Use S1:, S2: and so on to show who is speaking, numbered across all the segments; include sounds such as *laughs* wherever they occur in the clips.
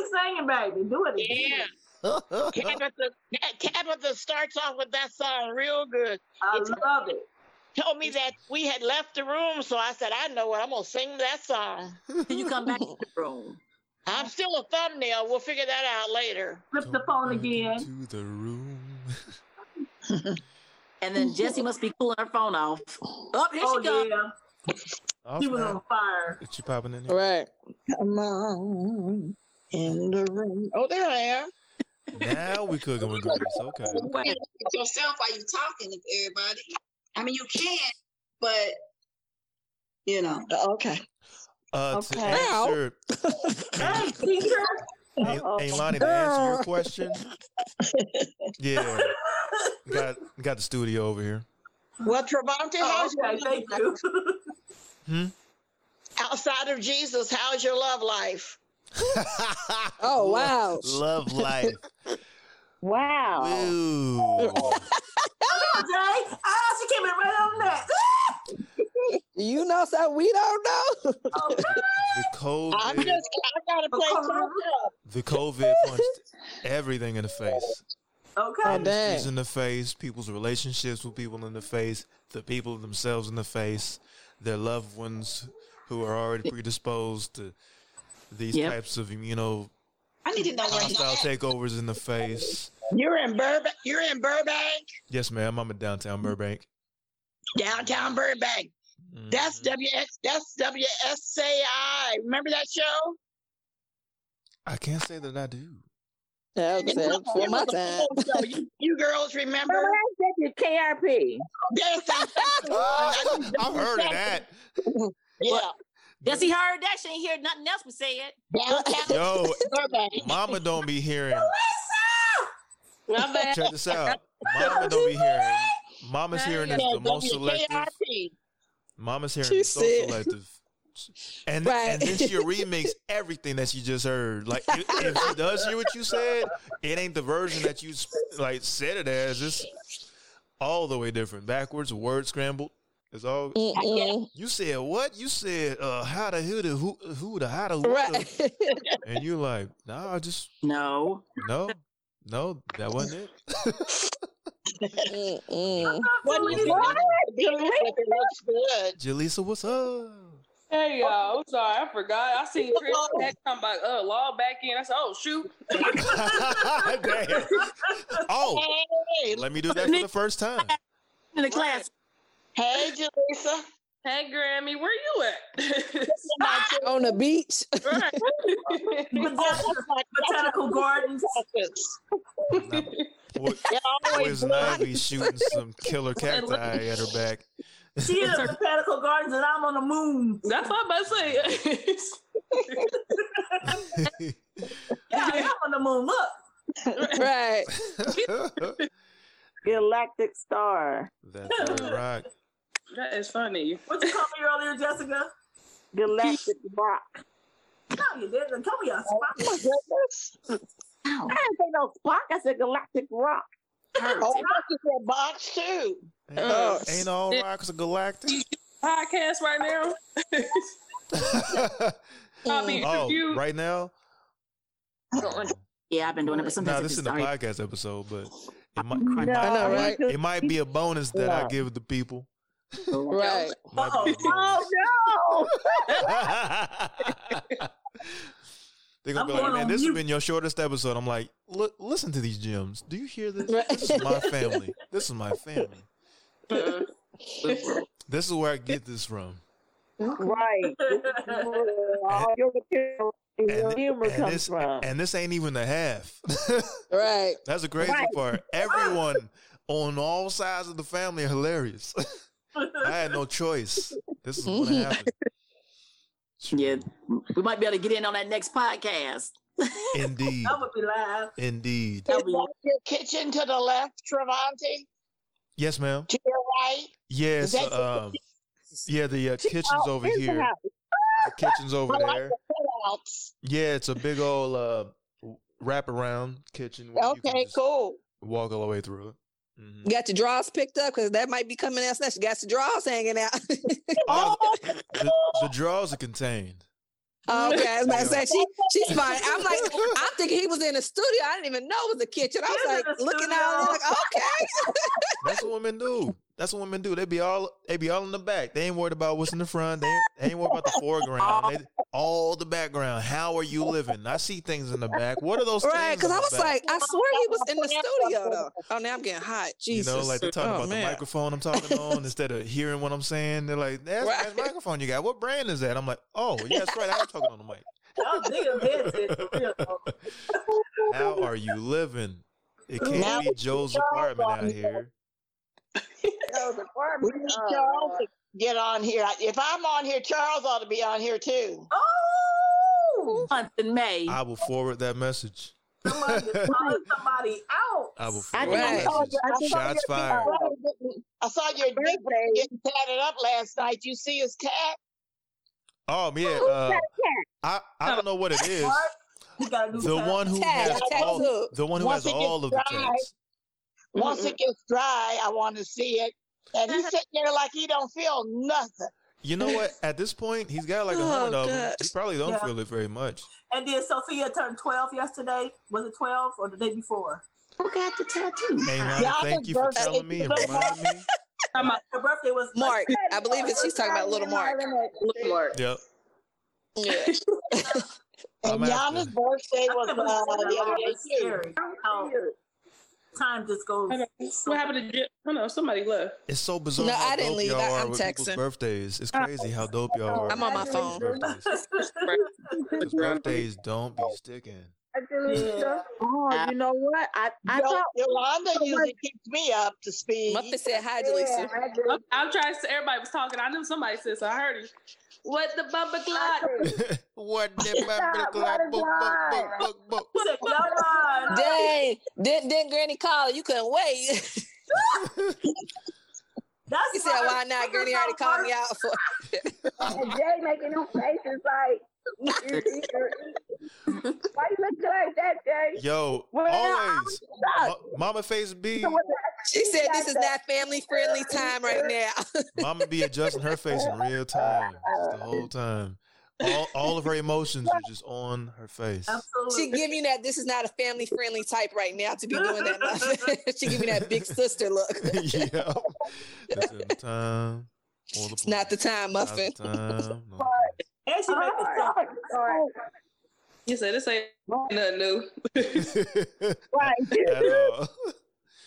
S1: singing, baby. Do it again.
S2: Yeah. Tabitha, that, Tabitha starts off with that song real good.
S1: I
S2: It's-
S1: love it.
S2: Told me that we had left the room, so I said, I know what I'm gonna sing that song.
S3: Can you come back to the room?
S2: I'm still a thumbnail. We'll figure that out later.
S1: Flip the phone again.
S4: To the room.
S3: And then Jesse must be cooling her phone off. Up here
S1: Oh
S3: she goes.
S1: yeah,
S4: Off
S1: she was
S4: now.
S1: on fire.
S4: What you popping in here?
S2: Right. Come on in the room. Oh, there I am.
S4: Now we cooking with grease. Okay.
S5: You can't look at yourself while you're talking to everybody. I mean, you can, but you know.
S2: Okay.
S4: Uh, to
S2: Okay.
S4: answer,
S1: *laughs* Hey, teacher.
S4: Hey, hey, Lonnie, to answer your
S6: *laughs*
S4: question, yeah, got got the studio over here.
S2: Well, Trevante,
S1: Oh,
S2: how's
S1: okay,
S2: your
S1: thank you. *laughs*
S2: outside of Jesus? How's your love life?
S4: *laughs*
S6: Oh, wow.
S4: love
S6: *laughs*
S4: life.
S2: Wow.
S6: Oh.
S4: Ooh.
S1: Come on, Jay. Ah, she came in right on that.
S6: You know something we don't know? *laughs*
S4: The
S2: I'm
S4: COVID,
S2: just, I gotta play myself.
S4: the COVID punched everything in the face.
S1: Okay.
S4: Industries in the face, people's relationships with people in the face, the people themselves in the face, their loved ones who are already predisposed to these
S3: Yep.
S4: types of immuno
S5: I need to know where you
S4: hostile
S5: at.
S4: takeovers in the face.
S2: You're in Burbank. You're in Burbank,
S4: Yes, ma'am. I'm in downtown Burbank.
S2: downtown Burbank. That's
S4: Mhm.
S2: WS. That's WSAI. Remember that show?
S4: I can't say that I do.
S6: That
S1: *laughs*
S6: was it for my time.
S2: So you, you girls remember?
S3: KRP.
S2: Yes, I-
S4: I've heard of that.
S2: yeah.
S3: Jesse heard that. She ain't hear nothing else we said.
S2: Downtown
S4: Yo,
S2: Burbank.
S4: mama don't be hearing.
S3: My bad.
S4: Check this out. Mama don't be hearing. Mama's hearing is the most selective.
S2: WKRP.
S4: Mama's hearing
S6: She
S4: is so
S6: said-
S4: selective. And,
S6: Right.
S4: and then
S6: *laughs*
S4: she'll remix everything that she just heard. Like if, if she does hear what you said, it ain't the version that you like said it as. It's all the way different. Backwards, word scrambled. It's all
S6: Mm-mm.
S4: you said. What you said? Uh, how the who the who who the how the what the-
S6: Right. *laughs*
S4: And you like, nah, I just
S3: No.
S4: no, no, that wasn't it.
S6: Mm-mm.
S2: What is
S4: What?
S2: it? It looks good.
S4: Jaleesa, what's up? *laughs*
S7: Hey y'all, I'm sorry, I forgot. I seen Chris that come back, uh, log back in. I said, oh shoot,
S4: Damn. Oh,
S2: Hey,
S4: let me do that for the first time.
S3: In the class.
S2: hey, Jalisa.
S7: hey Grammy, where you at? *laughs*
S6: On the beach. *laughs*
S7: right.
S1: *laughs* Botanical, botanical gardens.
S4: Boy-
S2: It always
S4: Poison
S2: was.
S4: Ivy shooting some *laughs* killer cacti at her back. *laughs*
S1: She in the botanical gardens, and I'm on the moon.
S7: That's what I'm about to say. *laughs*
S1: Yeah, I'm on the moon. Look.
S6: Right.
S3: Galactic Star.
S4: That's right. rock.
S7: that is funny.
S1: What you called me earlier, Jessica?
S3: *laughs* Galactic Rock.
S1: No, you didn't. Tell me I spot.
S3: I didn't say no Spock. I said Galactic Rock.
S2: Oh, that's just a box too.
S7: Uh,
S4: Ain't all rocks a *laughs* galactic?
S7: podcast right now. *laughs* I'll be
S4: oh,
S7: confused.
S4: right now?
S3: Yeah, I've been doing it, but sometimes
S4: Nah,
S3: it
S4: this
S3: just
S4: is the
S3: already-
S4: podcast episode, but it might, it
S6: I
S4: might,
S6: know, right?
S4: it might be a bonus that I give the people.
S6: Right.
S4: Might be a bonus.
S3: Oh,
S4: They're gonna
S1: I'm
S4: be like,
S1: going
S4: man,
S1: on
S4: this
S1: mute."
S4: has been your shortest episode. I'm like, look, listen to these gems. Do you hear this?
S6: Right.
S4: This is my family. This is my family.
S7: Uh,
S4: This is where I get this from.
S3: right.
S1: *laughs*
S4: All
S3: your material,
S4: And, and this, and this ain't even the half. *laughs*
S6: Right.
S4: That's the crazy part. Everyone on all sides of the family are hilarious. *laughs* I had no choice. This is what
S1: *laughs*
S6: Mhm.
S4: happened.
S3: Yeah, we might be able to get in on that next podcast.
S4: Indeed.
S1: That would be live.
S4: Indeed.
S2: Is that your kitchen to the left, Travante?
S4: Yes, ma'am.
S2: To your right?
S4: Yes.
S2: That's-
S4: Um, yeah, the uh, kitchen's
S2: Oh,
S4: over
S2: here's the
S4: here.
S2: house.
S4: The kitchen's
S2: *laughs*
S4: over
S2: I like
S4: there.
S2: the cutouts.
S4: Yeah, it's a big old uh, wraparound kitchen. where you can
S2: Okay,
S4: just
S2: cool.
S4: Walk all the way through it. Mhm.
S2: *laughs*
S6: You got your drawers picked up because that might be coming out next. You got your drawers
S1: *laughs*
S6: hanging out.
S4: Oh,
S6: *laughs*
S4: the, the drawers are contained.
S1: *laughs*
S6: okay, I was about to say she she's fine. I'm like, I thinking he was in the studio. I didn't even know it was a kitchen. I
S1: He was
S6: was
S1: in
S6: like
S1: the
S6: looking out, like, okay.
S4: That's what women do. That's what women do. They be all they be all in the back. They ain't worried about what's in the front. They, they ain't worried about the
S2: *laughs* Oh.
S4: foreground. They, all the background. How are you living? I see things in the back. What are those
S6: Right,
S4: things?
S6: because
S4: in
S6: I
S4: the
S6: was
S4: back?
S6: like, I swear he was in the studio though. Oh, now I'm getting hot. Jesus,
S4: You know, like they're talking
S6: Oh,
S4: about the
S6: man.
S4: microphone I'm talking on instead of hearing what I'm saying. They're like, that's
S6: Right.
S4: that microphone you got. What brand is that? I'm like, oh, yeah, that's right. I was talking on the mic.
S1: Y'all niggas
S4: *laughs*
S1: invented for real. though.
S4: How are you living? It can't
S2: Now
S4: be Joe's apartment out here.
S5: We
S2: need Charles to Uh, get on here. If I'm on here, Charles ought to be on here too.
S1: Oh,
S3: Month in May.
S4: I will forward that message.
S1: somebody
S4: *laughs*
S1: just called somebody out.
S4: I will
S3: I
S4: forward
S3: think
S4: that
S3: I
S6: saw
S4: message.
S2: I saw
S4: Shots fired.
S2: I saw your dick
S5: Birthday.
S2: getting tatted up last night. You see his tat?
S4: Oh, yeah. Uh, I, I don't know what it is.
S1: Mark, he got a new
S4: The
S1: tat.
S4: one who
S6: Tat,
S4: has all,
S6: tattoo.
S4: the one who
S2: Once
S4: has
S2: it gets
S4: all of the
S2: dried,
S4: tats.
S2: Once it gets dry, I want to see it. And he's sitting there like he don't feel nothing.
S4: You know what? At this point, he's got like a
S6: Oh,
S4: hundred of them.
S6: God.
S4: He probably don't
S1: Yeah.
S4: feel it very much.
S1: And then Sophia turned 12 yesterday. Was it 12 or the day before?
S3: Who got the tattoo?
S4: Hey,
S3: I,
S4: Nana,
S2: Y'all
S4: thank
S2: just
S4: you for
S2: birthday-
S4: telling me and
S6: *laughs*
S4: reminding me.
S7: I'm out.
S1: Her birthday was like,
S6: Mark. I believe it's, she's talking about little Mark.
S8: Look, Mark.
S4: Yep.
S6: Yeah.
S2: And
S4: I'm
S2: Yana's
S4: after-
S2: birthday
S1: I
S2: was
S1: couldn't believe
S2: uh, the other
S1: that.
S2: day
S1: It's
S2: too.
S1: scary how time just goes.
S7: I know. What happened to Jim? I know somebody left.
S4: It's so bizarre.
S6: No,
S4: how
S6: I didn't
S4: dope
S6: leave.
S4: Y'all
S6: I-
S4: are
S6: I'm
S4: with people's
S6: texting.
S4: Birthdays. It's crazy how dope y'all are.
S6: I'm on my phone.
S4: with Birthdays.
S2: *laughs*
S4: These birthdays don't be sticking.
S1: Yeah.
S8: Oh, you know what? I, I
S2: Yo-
S8: thought
S2: Yolanda usually keeps me up to speed.
S6: Muffin said hi, Jaleesa.
S7: I'm, I'm trying to say everybody was talking. I knew somebody said so. I heard it. What the bumper clock?
S4: what the bumper clock? Book, book, book, book,
S1: He said,
S6: *laughs*
S1: "Y'all uh, lying."
S6: Dang, didn't didn't Granny call? You couldn't wait. *laughs*
S1: That's
S6: He said, "Why not?" Granny already called me out for.
S9: Jay making them faces like, why you looking like that, Jay?
S4: book. Yo, always. Ma- Mama
S2: *laughs*
S4: Face B.
S6: She said, "This is not family friendly time right now." *laughs*
S4: Mama be adjusting her face in real time. Just the whole time. All, all of her emotions are just on her
S2: *laughs*
S4: face. *laughs*
S6: she
S1: Absolutely.
S6: give me that. This is not a family friendly type right now to be doing that. Muffin. she give me that *laughs* big sister look. *laughs*
S4: yeah. That's in the time. on the
S6: It's not the
S4: place.
S6: time,
S4: Not the
S6: Muffin.
S4: time, no.
S1: And she make the stuff.
S7: You said this ain't nothing new.
S4: At
S9: *laughs*
S4: all.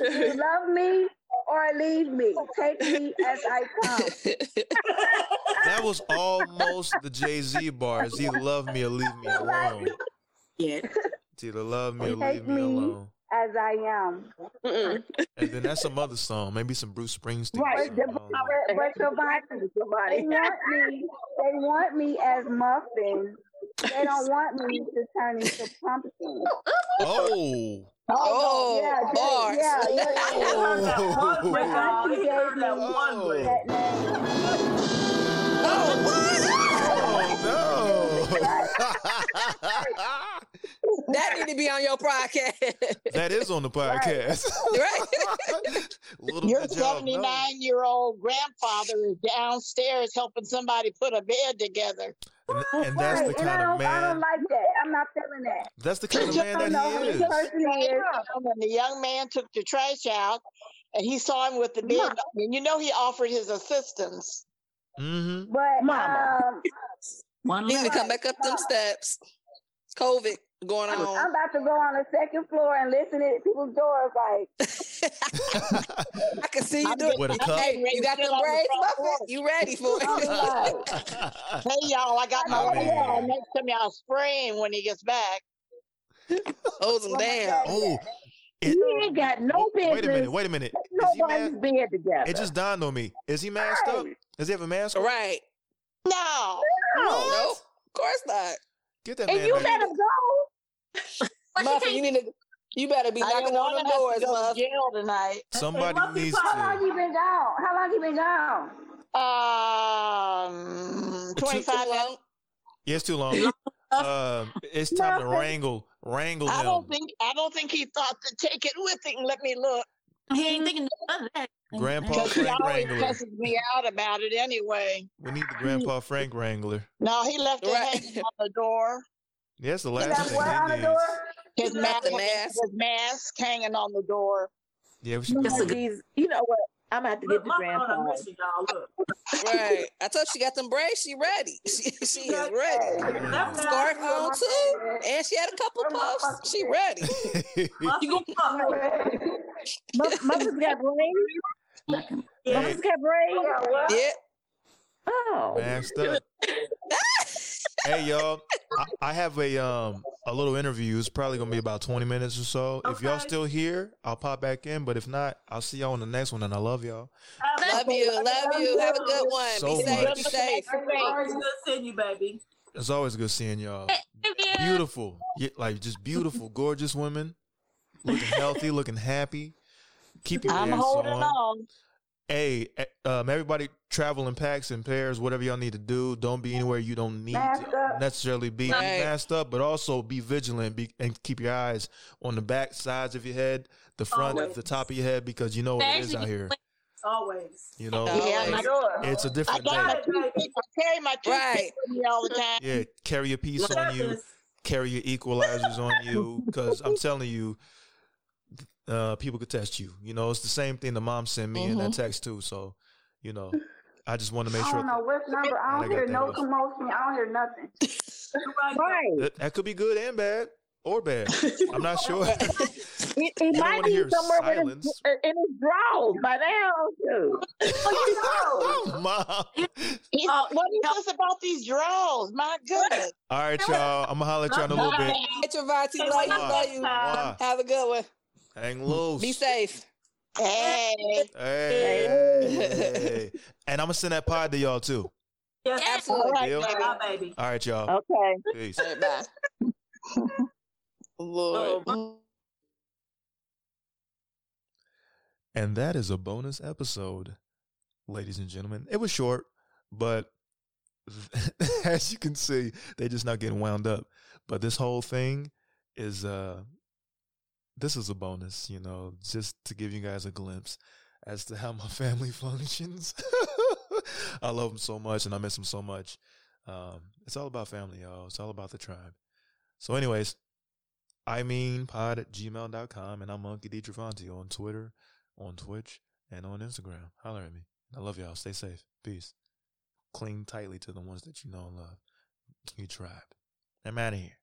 S9: You love me or leave me. Take me as I come.
S4: That was almost the Jay Z bar. It's either love me or leave me alone.
S3: yeah.
S4: It's either love me or
S9: Take
S4: leave me
S9: me.
S4: alone.
S9: As I am.
S7: Mm-mm.
S4: And then that's some other song, maybe some Bruce Springsteen.
S9: Right,
S4: song.
S9: the-
S4: I don't know.
S9: But, but somebody, they want me. They want me as muffin. They don't want me to turn into pumpkin.
S4: Oh,
S6: Oh,
S9: yeah, Jay,
S6: bars.
S9: yeah, yeah,
S1: He
S9: yeah.
S1: heard that one
S4: Oh.
S1: break. y'all. He heard that one
S4: Oh.
S1: break.
S9: That name.
S4: oh
S6: That need to be on your podcast, *laughs*
S4: no, *laughs* that is on the podcast.
S9: *laughs*
S6: right?
S4: Little
S2: Your
S4: did y'all know.
S2: 79 year old grandfather is downstairs helping somebody put a bed together.
S4: and, and that's the
S9: Right, and I
S4: kind of
S9: don't, I
S4: man.
S9: don't like that. I'm not feeling that.
S4: that's the kind of
S2: You
S4: man
S9: I don't know
S4: that
S9: who
S4: he
S9: this
S4: is.
S9: person is.
S2: And the young man took the trash out and he saw him with the bed. And you know, he offered his assistance.
S4: Mm-hmm.
S9: But
S2: Mama.
S9: um,
S3: One
S6: Need to
S3: left.
S6: come back up them steps. COVID going
S9: I'm
S6: on.
S9: about to go on the second floor and listen to people's doors like,
S6: I can see you
S2: I'm
S6: doing
S2: getting-
S4: With a
S2: I'm
S4: cup.
S2: getting
S6: Hey,
S2: ready
S6: you
S2: to
S6: got
S2: sit
S6: them
S2: on the
S6: braids,
S2: front porch.
S6: Muffin? You ready for
S9: I'm
S6: it?
S9: like,
S2: Hey, y'all, I got my
S4: I
S2: little
S4: mean-
S2: guy next to me. I'll spray him when he gets back.
S6: *laughs* Hold them down.
S4: oh, it,
S8: he ain't got no business.
S4: wait a minute, wait a minute. Is he
S8: Nobody's
S4: mad?
S8: bed together.
S4: It just dawned on me. Is he masked up? Does he have a mask? on?
S6: Right. Oh,
S2: No.
S8: No.
S6: No, of course not.
S4: Get that
S8: And
S4: man.
S8: you
S4: back.
S8: let him go.
S6: Muffin, you need to you better be
S2: I
S6: knocking
S2: didn't want him
S6: on them
S2: to have
S6: doors,
S2: to go to
S6: Muff.
S2: jail tonight.
S4: Somebody
S1: Muffy
S4: needs
S1: Pie.
S9: how long
S4: to.
S9: you been gone? How long you been gone?
S2: Um,
S4: But you-
S2: 25 minutes.
S4: Yeah, it's too long.
S2: *laughs*
S4: Um, it's time to wrangle, wrangle
S2: I
S4: him.
S2: don't think I don't think he thought to take it with him. Let me look
S3: He ain't thinking none of that.
S4: Grandpa
S2: because he
S4: Frank
S2: always
S4: Wrangler.
S2: cusses me out about it anyway.
S4: We need the Grandpa Frank Wrangler.
S2: No, he left it
S6: Right.
S2: hanging on the door.
S4: Yeah, that's the
S9: You
S4: last
S9: got
S4: thing
S9: what on the
S4: he
S9: door?
S4: needs.
S6: It's not the mask.
S2: with mask hanging on the door.
S4: Yeah, we should
S3: That's
S4: do
S3: a
S4: that.
S3: good-
S8: These, you know what? I'm about to get
S1: Look,
S8: the
S1: my
S8: grand
S1: phone, I
S8: prize.
S1: miss you, y'all. Look.
S6: Right. I told you she got them braids. She ready. *laughs* She, she is ready.
S1: Left hand,
S6: Scarf on too. And she had a couple puffs. She ready.
S8: *laughs*
S4: *laughs*
S1: muscle up.
S8: Muff- Muffins got braids?
S4: Man,
S8: Muffins got braids?
S6: Yeah.
S8: Oh.
S4: Maxed up. hey y'all, I, I have a um a little interview. It's probably gonna be about twenty minutes or so. If y'all
S1: Okay.
S4: still here, I'll pop back in. But if not, I'll see y'all on the next one. And I love y'all.
S6: Love you. Love you. Have a good one.
S4: So
S6: be safe. Be
S4: much.
S6: safe.
S1: Always good seeing you, baby.
S4: It's always good seeing y'all. Beautiful, yeah, like just beautiful, gorgeous women, looking healthy, looking happy. Keep your
S2: I'm
S4: pants
S2: holding
S4: on.
S2: on.
S4: Hey, eh, um, everybody, travel in packs and pairs, whatever y'all need to do. Don't be anywhere you don't need
S9: Masked
S4: to
S9: up.
S4: necessarily be
S6: Right.
S4: masked up, but also be vigilant be, and keep your eyes on the back sides of your head, the front,
S1: Always.
S4: the top of your head, because you know what it is out here.
S1: Always.
S4: You know,
S6: Yeah,
S4: It's-
S2: sure.
S4: it's a
S2: I
S4: different day.
S2: got my
S1: Right, baby.
S2: toothpick. I carry my toothpick
S6: Right.
S2: with me all the time.
S4: Yeah, carry your piece on you.
S1: Yes.
S4: carry your equalizers on you because I'm telling you, uh, people could test you. You know, it's the same thing the mom sent me in
S8: Mm-hmm.
S4: that text too. So, you know, I just want to make
S9: I
S4: sure
S9: don't know what number. I
S4: I
S9: don't
S4: got
S9: hear
S4: that
S9: no
S4: one.
S9: commotion. I don't hear nothing.
S1: You're right,
S8: Right.
S1: baby.
S4: that, that could be good and bad or bad. I'm
S8: *laughs*
S4: not sure.
S8: He, he
S4: don't
S8: might
S4: wanna
S8: be
S4: hear
S8: somewhere with his,
S4: silence.
S8: *laughs* in his drawers by now, too.
S4: *laughs* mom.
S2: He's,
S3: Oh,
S2: what is
S3: no.
S2: this about these draws? My goodness.
S4: All right, y'all. I'm gonna holler at y'all in a little bit.
S6: It's your Vati. Love you. Love you.
S4: Mwah.
S6: Have a good one.
S4: Hang
S6: Be
S4: loose.
S6: safe.
S2: Hey,
S6: *laughs*
S4: Hey. And I'm gonna send that pod to y'all too.
S1: Yes.
S2: all
S6: Absolutely.
S2: right,
S4: Deal?
S2: baby.
S1: Bye, baby.
S4: All right, y'all.
S8: Okay.
S4: Peace.
S6: All right, bye. Lord.
S4: And that is a bonus episode, ladies and gentlemen. It was short, but *laughs* as you can see, they're just not getting wound up. But this whole thing is uh this is a bonus, you know, just to give you guys a glimpse as to how my *laughs* family functions. *laughs* I love them so much and I miss them so much. Um, it's all about family, y'all. It's all about the tribe. So, anyways, I mean pod at gmail.com and I'm Monkey D. Travanti on Twitter on Twitch and on Instagram. Holler at me. I love y'all. Stay safe. Peace. Cling tightly to the ones that you know and love. You tribe. I'm out of here.